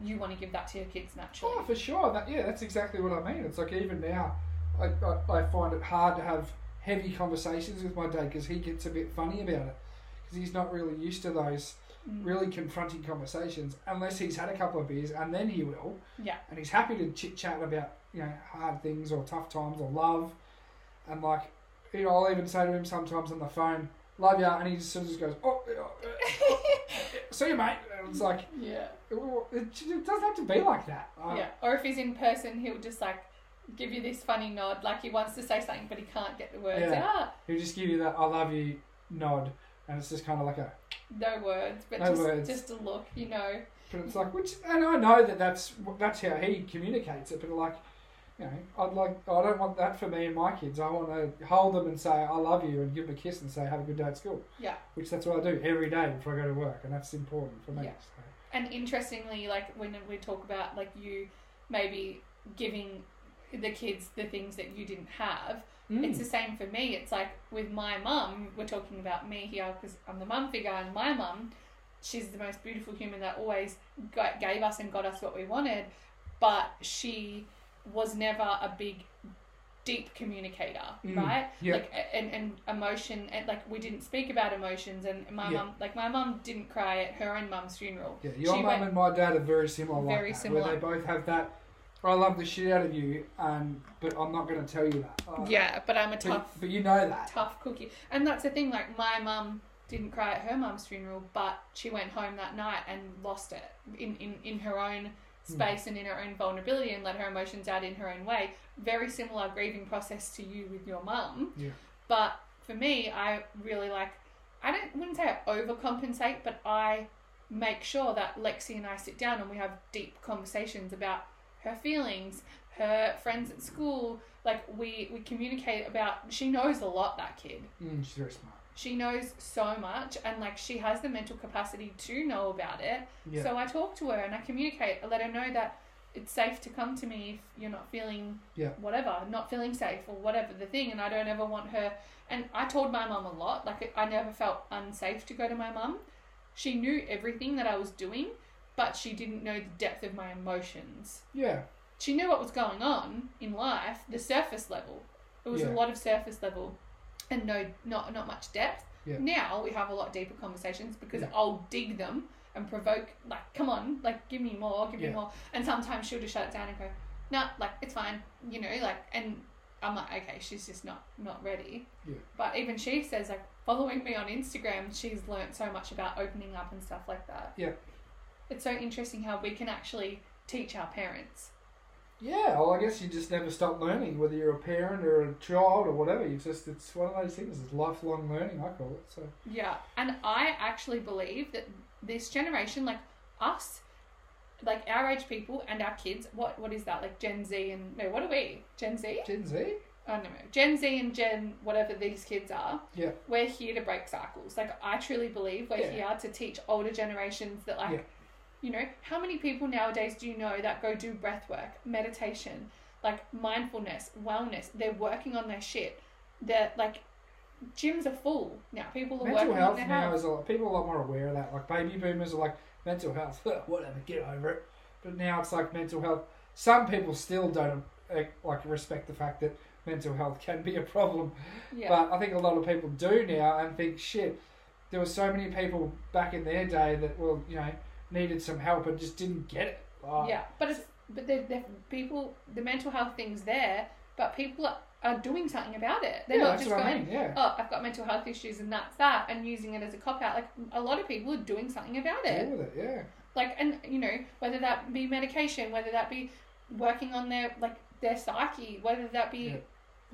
you want to give that to your kids naturally. Oh, for sure. That yeah, that's exactly what I mean. It's like even now, I, I, I find it hard to have heavy conversations with my dad because he gets a bit funny about it because he's not really used to those Mm. really confronting conversations unless he's had a couple of beers and then he will. Yeah. And he's happy to chit chat about you know hard things or tough times or love, and like you know I'll even say to him sometimes on the phone, "Love ya," and he just sort of just goes, "Oh, uh, uh, see you, mate." And it's like yeah. it, it doesn't have to be like that. I- Yeah, or if he's in person, he'll just like give you this funny nod, like he wants to say something but he can't get the words Yeah. out. He'll just give you that "I love you" nod, and it's just kind of like a. No words, but No just words. just a look, you know. But it's like, which, and I know that that's that's how he communicates it. But like, you know, I'd like I don't want that for me and my kids. I want to hold them and say I love you and give them a kiss and say have a good day at school. Yeah. Which that's what I do every day before I go to work, and that's important for me. Yeah. And interestingly, like when we talk about like you maybe giving the kids the things that you didn't have, So. Mm. it's the same for me. It's like with my mum, we're talking about me here because I'm the mum figure, and my mum, she's the most beautiful human that always got, gave us and got us what we wanted, but she was never a big, deep communicator, Mm, right? yeah. Like a- and and emotion, and like we didn't speak about emotions, and my Yeah. mum, like my mum, didn't cry at her and mum's funeral. yeah, your she mum went- and my dad are very similar. like Very that, similar. Where they both have that. I love the shit out of you, and but I'm not going to tell you that. Oh, Yeah, but I'm a But, tough but you know that. tough cookie. And that's the thing, like my mum didn't cry at her mum's funeral, but she went home that night and lost it in, in, in her own space and in her own vulnerability and let her emotions out in her own way. Very similar grieving process to you with your mum. Yeah. But for me, I really like I don't wouldn't say I overcompensate, but I make sure that Lexi and I sit down and we have deep conversations about her feelings, her friends at school. Like we we communicate about. She knows a lot. That kid. Mm, she's very smart. She knows so much, and like she has the mental capacity to know about it. Yeah. So I talk to her and I communicate. I let her know that it's safe to come to me if you're not feeling Yeah. whatever, not feeling safe or whatever the thing. And I don't ever want her. And I told my mum a lot. Like I never felt unsafe to go to my mum. She knew everything that I was doing, but she didn't know the depth of my emotions. yeah. She knew what was going on in life, the surface level. It was a Yeah. lot of surface level, and no, not not much depth. Yeah. Now we have a lot deeper conversations because Yeah. I'll dig them and provoke. Like, come on, like give me more, give me Yeah. more. And sometimes she'll just shut it down and go, no, like it's fine, you know, like. And I'm like, okay, she's just not not ready. Yeah. But even she says like following me on Instagram, she's learnt so much about opening up and stuff like that. Yeah. It's so interesting how we can actually teach our parents. Yeah, well, I guess you just never stop learning, whether you're a parent or a child or whatever. You just it's one of those things. It's lifelong learning, I call it. So Yeah, and I actually believe that this generation, like us, like our age people and our kids, what what is that like Gen Z and no, what are we? Gen Z? Gen Z. Oh no, Gen Z and Gen whatever these kids are. Yeah. we're here to break cycles. Like I truly believe we're Yeah. here to teach older generations that like, Yeah. you know, how many people nowadays do you know that go do breath work, meditation, like mindfulness, wellness? They're working on their shit. They're like. Gyms are full now. People are Mental working on health their now health. is a lot, people are a lot more aware of that. Like baby boomers are like mental health, whatever, get over it. But now it's like mental health. Some people still don't uh, like respect the fact that mental health can be a problem. Yeah. But I think a lot of people do now and think, shit, there were so many people back in their day that, well, you know, needed some help and just didn't get it. Like, yeah, but it's but the, the people the mental health thing's there, but people are, are doing something about it. They're yeah, not that's just what going, I mean. Yeah. oh, I've got mental health issues and that's that, and using it as a cop out. Like a lot of people are doing something about it. Deal with it, yeah. Like and you know whether that be medication, whether that be working on their like their psyche, whether that be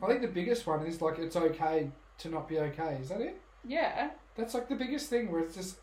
I think the biggest one is like it's okay to not be okay. Is that it? yeah That's like the biggest thing where it's just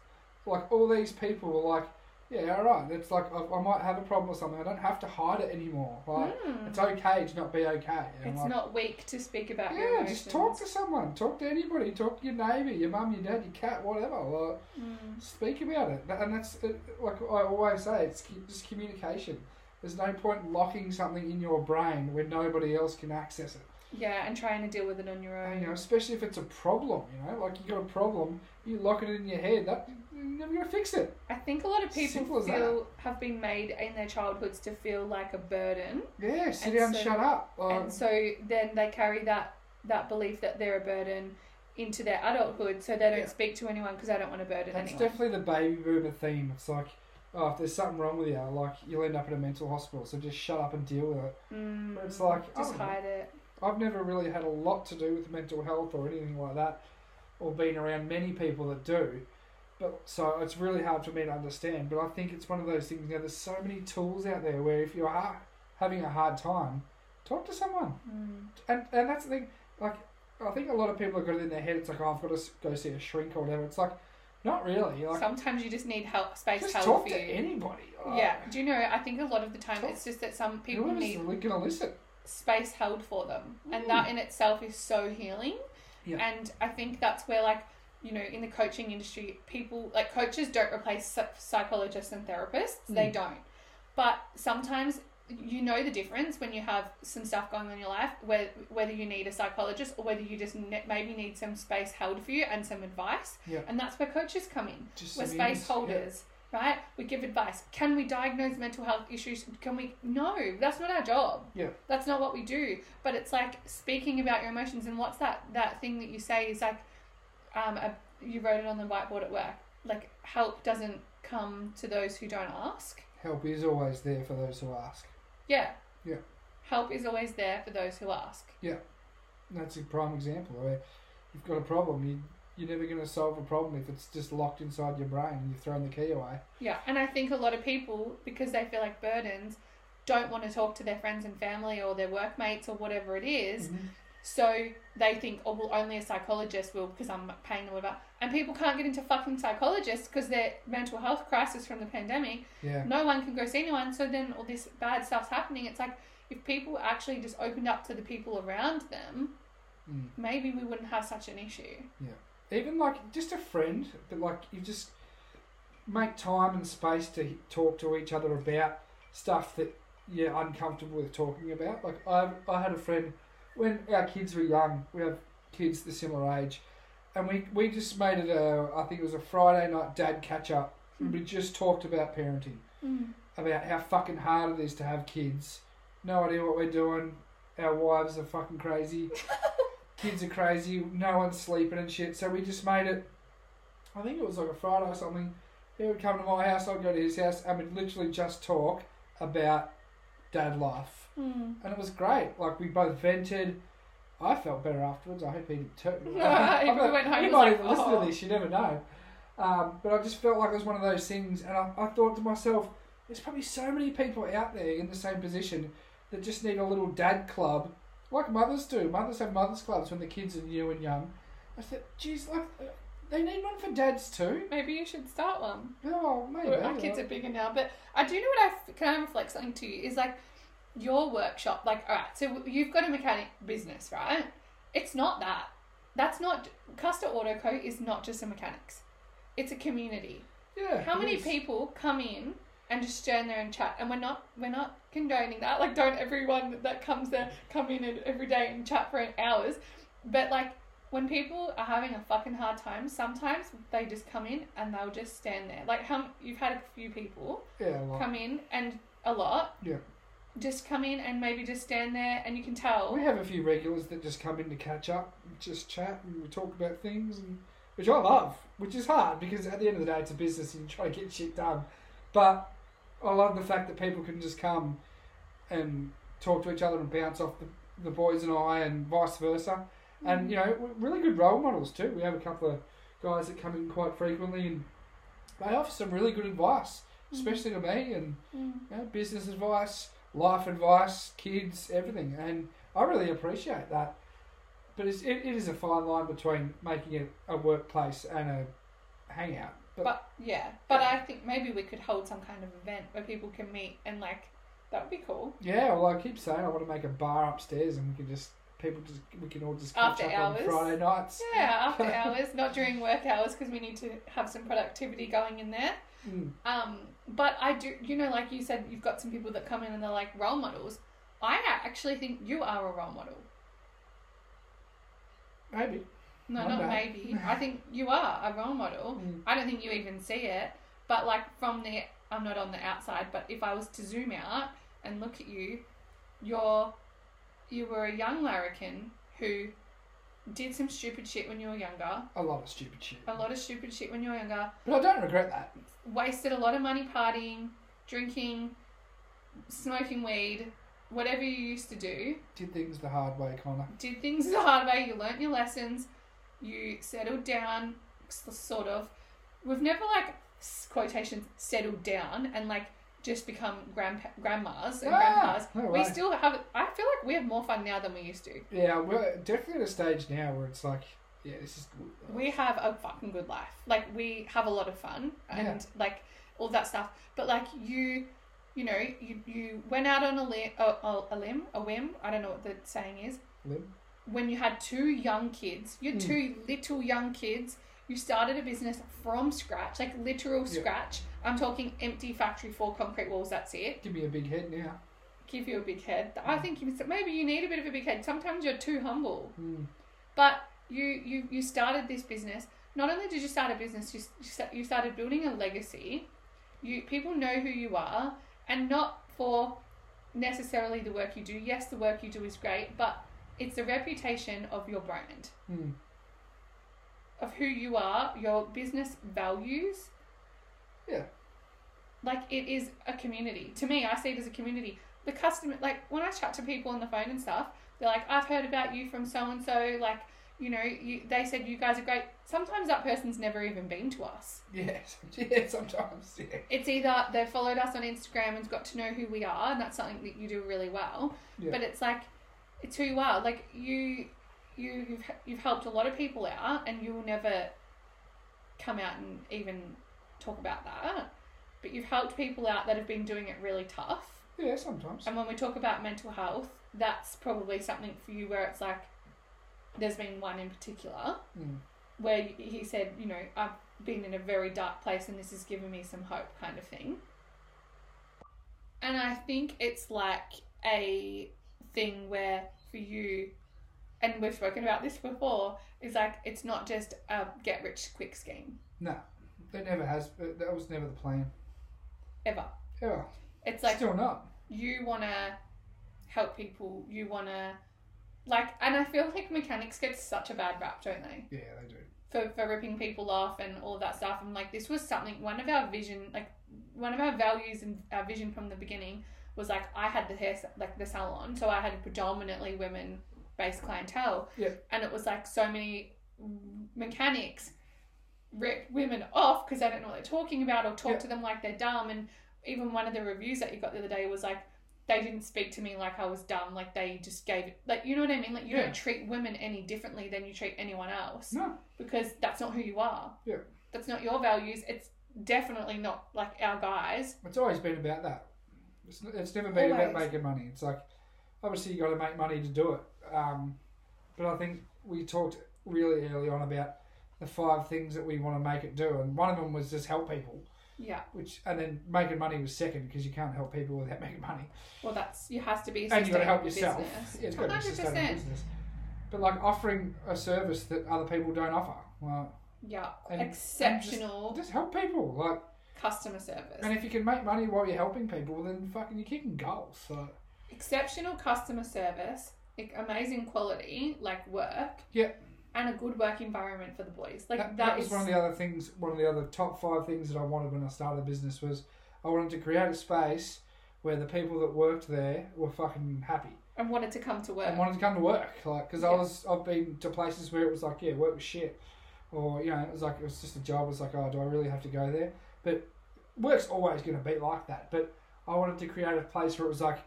Like all these people were like, yeah, all right. It's like I, I might have a problem or something. I don't have to hide it anymore. Like Mm. it's okay to not be okay. And It's like, not weak to speak about your yeah, emotions. just talk to someone. Talk to anybody. Talk to your neighbour, your mum, your dad, your cat, whatever. Like, Mm. speak about it. That- And that's it, like I always say, it's c- just communication. There's no point locking something in your brain where nobody else can access it. Yeah, and trying to deal with it on your And, own. you know, especially if it's a problem. You know, like you got a problem, you lock it in your head. That you're never gonna fix it. I think a lot of people Simple as feel have been made in their childhoods to feel like a burden, Yeah, sit And down, so- shut up. Like, and so then they carry that that belief that they're a burden into their adulthood, so they don't Yeah. speak to anyone because I don't want to burden That's anyone. definitely the baby boomer theme. It's like, oh, if there's something wrong with you, like you'll end up in a mental hospital. So just shut up and deal with it. Mm, It's like, oh. just I don't know. hide it. I've never really had a lot to do with mental health or anything like that, or been around many people that do. But so it's really hard for me to understand. But I think it's one of those things. Now there's so many tools out there where if you're ha- having a hard time, talk to someone. Mm. And and that's the thing. Like I think a lot of people have got it in their head. It's like oh, I've got to s- go see a shrink or whatever. It's like not really. Like Sometimes you just need help, space just help talk for to you. anybody. Like, Yeah, do you know? I think a lot of the time Talk- it's just that some people whoever's need li- gonna listen. space held for them, Mm. and that in itself is so healing. Yeah. And I think that's where, like, you know, in the coaching industry, people like coaches don't replace psy- psychologists and therapists. They Mm. don't. But sometimes you know the difference when you have some stuff going on in your life, where, whether you need a psychologist or whether you just ne- maybe need some space held for you and some advice. Yeah. And that's where coaches come in. Just We're some space ears. holders, right? We give advice. Can we diagnose mental health issues? Can we? No, that's not our job. Yeah. That's not what we do. But it's like speaking about your emotions and what's that that thing that you say is like, um, a, you wrote it on the whiteboard at work. Like help doesn't come to those who don't ask. Yeah. Help is always there for those who ask. Yeah. Yeah. Help is always there for those who ask. That's a prime example where you've got a problem. You you're never gonna solve a problem if it's just locked inside your brain and you've thrown the key away. Yeah, and I think a lot of people, because they feel like burdens, don't want to talk to their friends and family or their workmates or whatever it is. So they think, oh, well, only a psychologist will because I'm paying them whatever. And people can't get into fucking psychologists because their mental health crisis from the pandemic. Yeah. No one can go see anyone. So then all this bad stuff's happening. It's like if people actually just opened up to the people around them, Mm. maybe we wouldn't have such an issue. Even like just a friend, but like you just make time and space to talk to each other about stuff that you're uncomfortable with talking about. Like I I had a friend when our kids were young. We have kids the similar age, and we we just made it a I think it was a Friday night dad catch up. and We just talked about parenting. Mm. about how fucking hard it is to have kids. No idea what we're doing. Our wives are fucking crazy. kids are crazy. No one's sleeping and shit. So we just made it. I think it was like a Friday or something. He would come to my house. I'd go to his house, and we'd literally just talk about dad life, and it was great. Like we both vented. I felt better afterwards. I hope he did too. If we went home, you it's might like, even listen "Oh." to this. You never know. Um, but I just felt like it was one of those things, and I, I thought to myself, there's probably so many people out there in the same position that just need a little dad club, like mothers do. Mothers have mothers clubs when the kids are new and young. I said, geez, like uh, they need one for dads too. Maybe you should start one. Oh, maybe. Well, our kids are bigger now, but I do know what I can I reflect something to you is like your workshop. Like, all right, so you've got a mechanic business, right? It's not that. That's not Custer Auto Co. is not just a mechanics. It's a community. yeah. How it many is. people come in and just stand there and chat? And we're not we're not condoning that. Like, don't everyone that comes there come in and every day and chat for hours. But like, when people are having a fucking hard time, sometimes they just come in and they'll just stand there. Like, how you've had a few people Yeah, like, come in and a lot. Yeah. Just come in and maybe just stand there, and you can tell. We have a few regulars that just come in to catch up, and just chat, and we talk about things, and which I love, which is hard because at the end of the day, it's a business and you try to get shit done. But I love the fact that people can just come and talk to each other and bounce off the, the boys and I, and vice versa. And you know, we're really good role models too. We have a couple of guys that come in quite frequently, and they offer some really good advice, especially to me and Mm. you know, business advice, life advice, kids, everything. And I really appreciate that. But it's, it, it is a fine line between making it a workplace and a hangout. But- But yeah, but I think maybe we could hold some kind of event where people can meet and like that would be cool. Yeah, well, I keep saying I want to make a bar upstairs, and we can just people just we can all just catch After up hours. on Friday nights. Yeah, after hours, not during work hours because we need to have some productivity going in there. Mm. Um, but I do, you know, like you said, you've got some people that come in and they're like role models. I a- actually think you are a role model. Maybe. No, not One day. maybe. I think you are a role model. Mm. I don't think you even see it, but like from the, I'm not on the outside, but if I was to zoom out and look at you, you're, you were a young larrikin who did some stupid shit when you were younger, A lot of stupid shit. a lot of stupid shit when you were younger, But I don't regret that. wasted a lot of money partying, drinking, smoking weed, whatever you used to do, Did things the hard way, Connor. did things the hard way, you learnt your lessons, you settled down, s- sort of. We've never, like, s- quotations, settled down and, like, just become grandpa- grandmas and Ah, grandpas. no we way. still have, I feel like we have more fun now than we used to. Yeah, we're definitely at a stage now where it's like, yeah, this is. we have a fucking good life. Like we have a lot of fun and like all that stuff. But like you, you know, you, you went out on a limb, a, a, a limb, a whim. I don't know what the saying is. Limb? When you had two young kids, you had Mm. two little young kids. You started a business from scratch, like literal Yeah. scratch. I'm talking empty factory, four concrete walls. That's it. Give me a big head now. Give you a big head. Hmm. I think you, maybe you need a bit of a big head. Sometimes you're too humble. Mm. But you you you started this business. Not only did you start a business, you s- you, sta- you started building a legacy. You people know who you are, and not for necessarily the work you do. Yes, the work you do is great, but it's the reputation of your brand, Mm. of who you are, your business values. Yeah. Like it is a community. To me, I see it as a community. The customer, like when I chat to people on the phone and stuff, they're like, "I've heard about you from so and so." Like you know, you, they said you guys are great. Sometimes that person's never even been to us. Yeah, some- yeah, sometimes. Yeah. It's either they followed us on Instagram and got to know who we are, and that's something that you do really well. Yeah. But it's like, it's who you are. Like you, you, you've you've helped a lot of people out, and you will never come out and even talk about that. But you've helped people out that have been doing it really tough. Yeah, sometimes. And when we talk about mental health, that's probably something for you where it's like, there's been one in particular Mm. where he said, you know, I've been in a very dark place and this has given me some hope, kind of thing. And I think it's like a thing where for you, and we've spoken about this before, is like it's not just a get rich quick scheme No, it never has. It, that was never the plan. ever. Yeah, It's like still not. you want to help people, you want to, like, and I feel like mechanics get such a bad rap, don't they? Yeah, they do. for, for ripping people off and all of that stuff. And like, this was something, one of our vision, like, one of our values and our vision from the beginning was like, I had the hair, sa- like, the salon. So I had predominantly women based clientele. Yeah. And it was like so many mechanics rip women off because they don't know what they're talking about or talk Yeah. to them like they're dumb. And even one of the reviews that you got the other day was like, they didn't speak to me like I was dumb. Like they just gave it, like you know what I mean. Like you Yeah. don't treat women any differently than you treat anyone else No. because that's not who you are. Yeah. That's not your values. It's definitely not like our guys. It's always been about that. It's, it's never been about Always. making money. It's like, obviously, you got to make money to do it. Um, but I think we talked really early on about the five things that we want to make it do, and one of them was just help people. Yeah. Which and then making money was second because you can't help people without making money, Well, that's you has to be. A and you got to help sustainable yourself. business. Yeah, it's got to be a 100%. sustainable business. But like offering a service that other people don't offer, well, Yeah. And- and just- Exceptional just help people. Like, customer service. and if you can make money while you're helping people, then fucking you're kicking goals. So Exceptional customer service. like, Amazing quality, like work. Yeah. And a good work environment for the boys. Like that, that was is one of the other things one of the other top five things that i wanted when i started the business was i wanted to create a space where the people that worked there were fucking happy and wanted to come to work. and wanted to come to work like because i Yeah. was i've been to places where it was like yeah work was shit or you know it was like it was just a job it was like oh do i really have to go there but work's always going to be like that but i wanted to create a place where it was like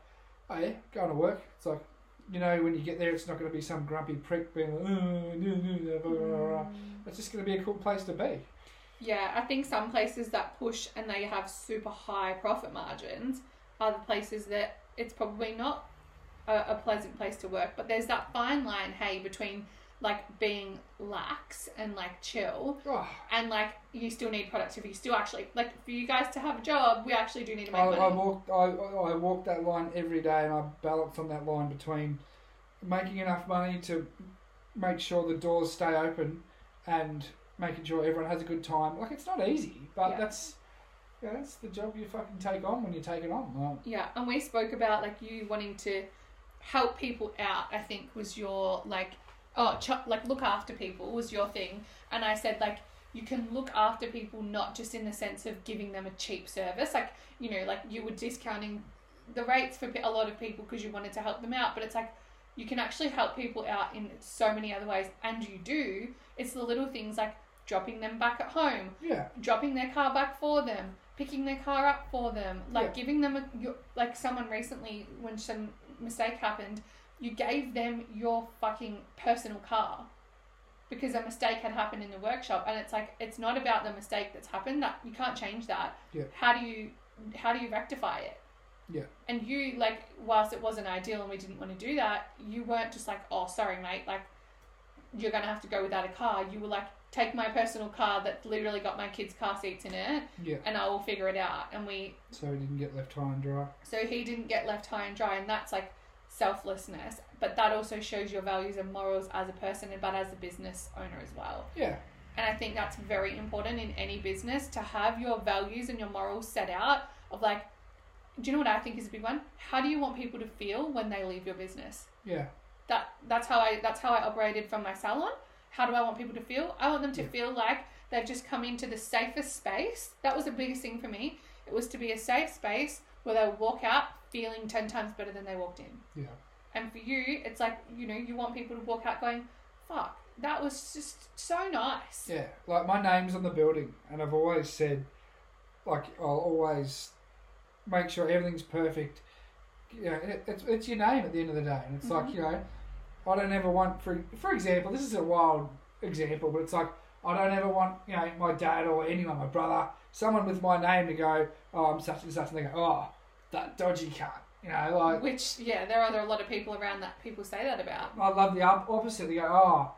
oh yeah going to work it's like you know when you get there it's not going to be some grumpy prick being like, "Oh, no, no, no, blah, blah, blah, blah." Mm. it's just going to be a cool place to be Yeah, I think some places that push and they have super high profit margins are the places that it's probably not a, a pleasant place to work. But there's that fine line, hey, between like being lax and like chill, Oh, and like you still need productivity. You still actually like for you guys to have a job, we actually do need to I, make money. I walk I, I walk that line every day, and I balance on that line between making enough money to make sure the doors stay open and making sure everyone has a good time. Like it's not easy, but Yeah. that's yeah, that's the job you fucking take on when you take it on. Like, Yeah, and we spoke about like you wanting to help people out. I think was your like oh ch- like look after people was your thing, and I said like you can look after people not just in the sense of giving them a cheap service, like you know like you were discounting the rates for a lot of people because you wanted to help them out, but it's like you can actually help people out in so many other ways, and you do. It's the little things like dropping them back at home yeah, dropping their car back for them, picking their car up for them, like Yeah. giving them a your, like someone recently when some mistake happened, you gave them your fucking personal car because a mistake had happened in the workshop and it's like it's not about the mistake that's happened that you can't change that. Yeah. How do you how do you rectify it? Yeah. And you like whilst it wasn't ideal and we didn't want to do that, you weren't just like, "Oh, sorry mate, like you're gonna have to go without a car. You will like take my personal car that literally got my kids' car seats in it, yeah. and I will figure it out. And we, So we didn't get left high and dry. so he didn't get left high and dry, and that's like selflessness. But that also shows your values and morals as a person, but as a business owner as well. Yeah, And I think that's very important in any business to have your values and your morals set out of like, do you know what I think is a big one? How do you want people to feel when they leave your business? yeah, that that's how I that's how I operated from my salon. How do I want people to feel? I want them to Yeah. feel like they've just come into the safest space. That was the biggest thing for me. It was to be a safe space where they walk out feeling ten times better than they walked in. yeah. And for you, it's like you know you want people to walk out going, "Fuck, that was just so nice." Yeah, like my name's on the building, and I've always said, like, I'll always make sure everything's perfect. Yeah, it, it's, it's your name at the end of the day, and it's like you know, I don't ever want for for example, this is a wild example, but it's like I don't ever want you know my dad or anyone, my brother, someone with my name to go, oh, I'm such and such, and they go, oh, that dodgy cunt, you know, like Which yeah, there are there are a lot of people around that people say that about. I love the op- opposite. They go, oh,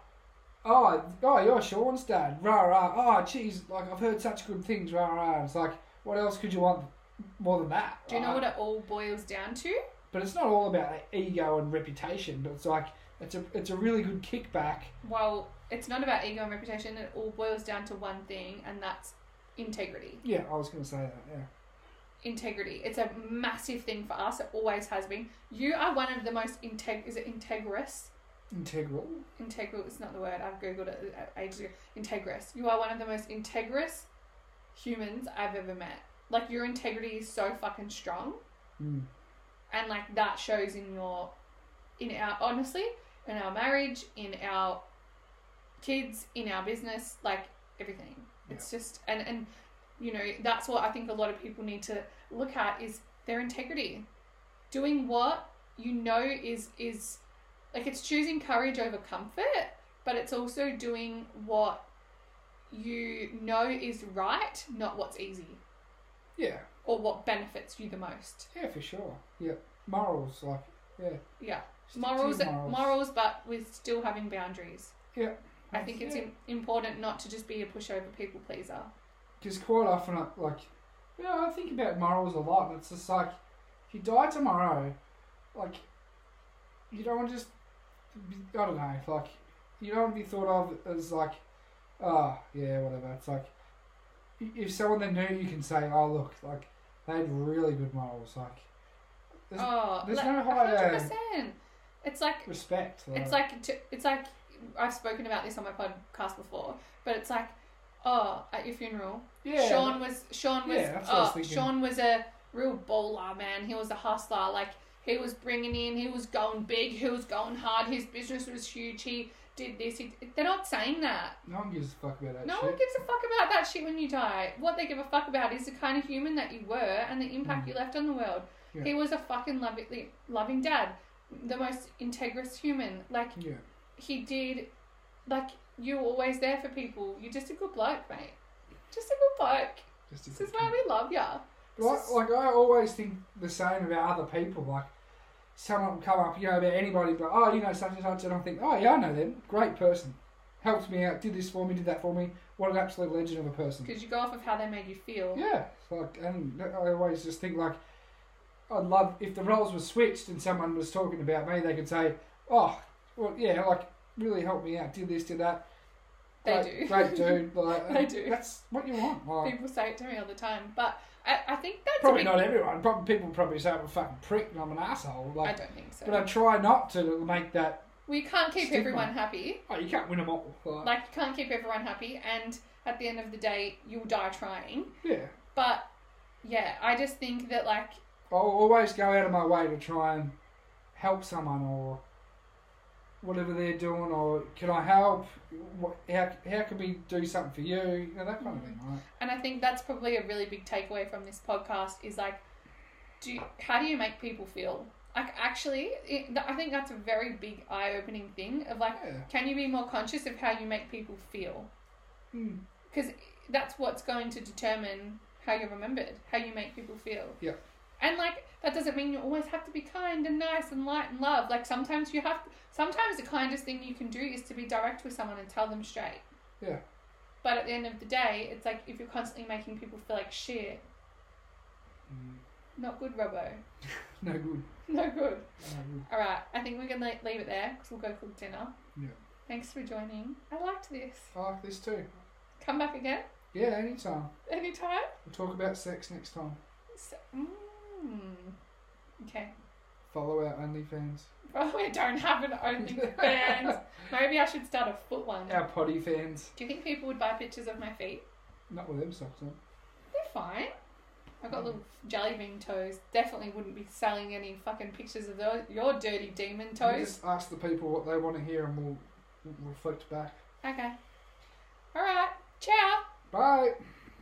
oh, oh, you're Sean's dad. Rah, rah. Oh, geez, like, I've heard such good things. Rah, rah. It's like, what else could you want more than that? Do you know right? what it all boils down to? But it's not all about ego and reputation, but it's like, it's a, it's a really good kickback. Well, it's not about ego and reputation. It all boils down to one thing, and that's integrity. Yeah, I was going to say that, yeah. Integrity. It's a massive thing for us. It always has been. You are one of the most integ. Is it integrous? Integral. Integral. It's not the word. I've googled it uh, ages ago. Integrous. You are one of the most integrous humans I've ever met. Like your integrity is so fucking strong, Mm. and like that shows in your, in our honestly, in our marriage, in our kids, in our business, like everything. It's just and and you know that's what I think a lot of people need to look at is their integrity, doing what you know is is like it's choosing courage over comfort, but it's also doing what you know is right, not what's easy Yeah, or what benefits you the most. yeah, for sure. Yeah, morals, like, yeah. Yeah, Stick to morals, your morals, but with still having boundaries. Yeah. I think it's Yeah. im important not to just be a pushover people pleaser. Because quite often, I, like, you know, I think about morals a lot, and it's just like, if you die tomorrow, like, you don't want to just, be, I don't know, like, you don't want to be thought of as like, ah, yeah, whatever. It's like, i- if someone that knew you can say, oh, look, like, they had really good morals, like, There's- oh, there's like, no higher- 100%. It's like respect. It's like to, it's like I've spoken about this on my podcast before, but it's like, oh, at your funeral, yeah, Sean was Sean was Yeah, that's what I was oh, thinking. Sean was a real bowler, man. He was a hustler. Like he was bringing in, he was going big, he was going hard. His business was huge. He did this. He, they're not saying that. no one gives a fuck about that No shit. one gives a fuck about that shit when you die. What they give a fuck about is the kind of human that you were and the impact you left on the world. Mm. Yeah. He was a fucking loving, loving dad, the most integrous human. Like yeah, he did like you were always there for people. You're just a good bloke, mate. Just a good bloke. Just a This good is why time. we love ya. But I- like I always think the same about other people. Like some of them come up, you know, about anybody, but oh, you know, such and such, and I think, oh yeah, I know them. Great person, helped me out, did this for me, did that for me. What an absolute legend of a person. Because you go off of how they made you feel. Yeah, it's like, and I always just think like, I'd love if the roles were switched and someone was talking about me, they could say, oh, well, yeah, like really helped me out, did this, did that. They great, do. great dude. Like, They and do. That's what you want. Like, People say it to me all the time, but I, I think that's a probably big- not everyone. Probably people probably say I'm a fucking prick and I'm an asshole. I Like, don't think so. but I try not to make that. we can't keep Stigma. everyone happy. Oh, you can't win them all. Like, Like you can't keep everyone happy, and at the end of the day, you'll die trying. yeah, But yeah, I just think that like I'll always go out of my way to try and help someone or whatever they're doing or can I help? What, how, how can we do something for you? You know, that kind of thing, right? And I think that's probably a really big takeaway from this podcast is like, do you, how do you make people feel? Like actually, it, th- I think that's a very big eye-opening thing of like, Yeah. can you be more conscious of how you make people feel? Mm. Because that's what's going to determine how you're remembered, how you make people feel. Yeah. And like that doesn't mean you always have to be kind and nice and light and love. Like sometimes you have. Sometimes the kindest thing you can do is to be direct with someone and tell them straight. Yeah. But at the end of the day, it's like if you're constantly making people feel like shit, Mm. not good, Robbo. No good. No good. No good. All right, I think we can le- leave it there because we'll go cook dinner. Yeah. Thanks for joining. I liked this. I like this too. Come back again Yeah, anytime. anytime. We'll talk about sex next time. So, mm, okay. Follow our OnlyFans. Well, we don't have an OnlyFans. Maybe I should start a foot one. our potty fans. Do you think people would buy pictures of my feet? Not with them socks on. They're fine. I've got little jelly bean toes. Definitely wouldn't be selling any fucking pictures of those, your dirty demon You toes. Just ask the people what they want to hear and we'll we'll reflect back. Okay. All right. Ciao. Bye.